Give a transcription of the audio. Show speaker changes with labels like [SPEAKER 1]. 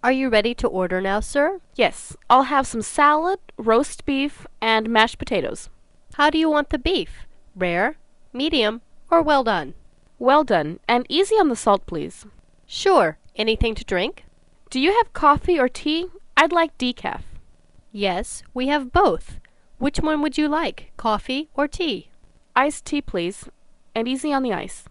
[SPEAKER 1] Are you ready to order now, sir?
[SPEAKER 2] Yes, I'll have some salad, roast beef, and mashed potatoes.
[SPEAKER 1] How do you want the beef? Rare, medium, or well done?
[SPEAKER 2] Well done, and easy on the salt, please.
[SPEAKER 1] Sure. Anything to drink?
[SPEAKER 2] Do you have coffee or tea? I'd like decaf.
[SPEAKER 1] Yes, we have both. Which one would you like, coffee or tea?
[SPEAKER 2] Iced tea, please, and easy on the ice.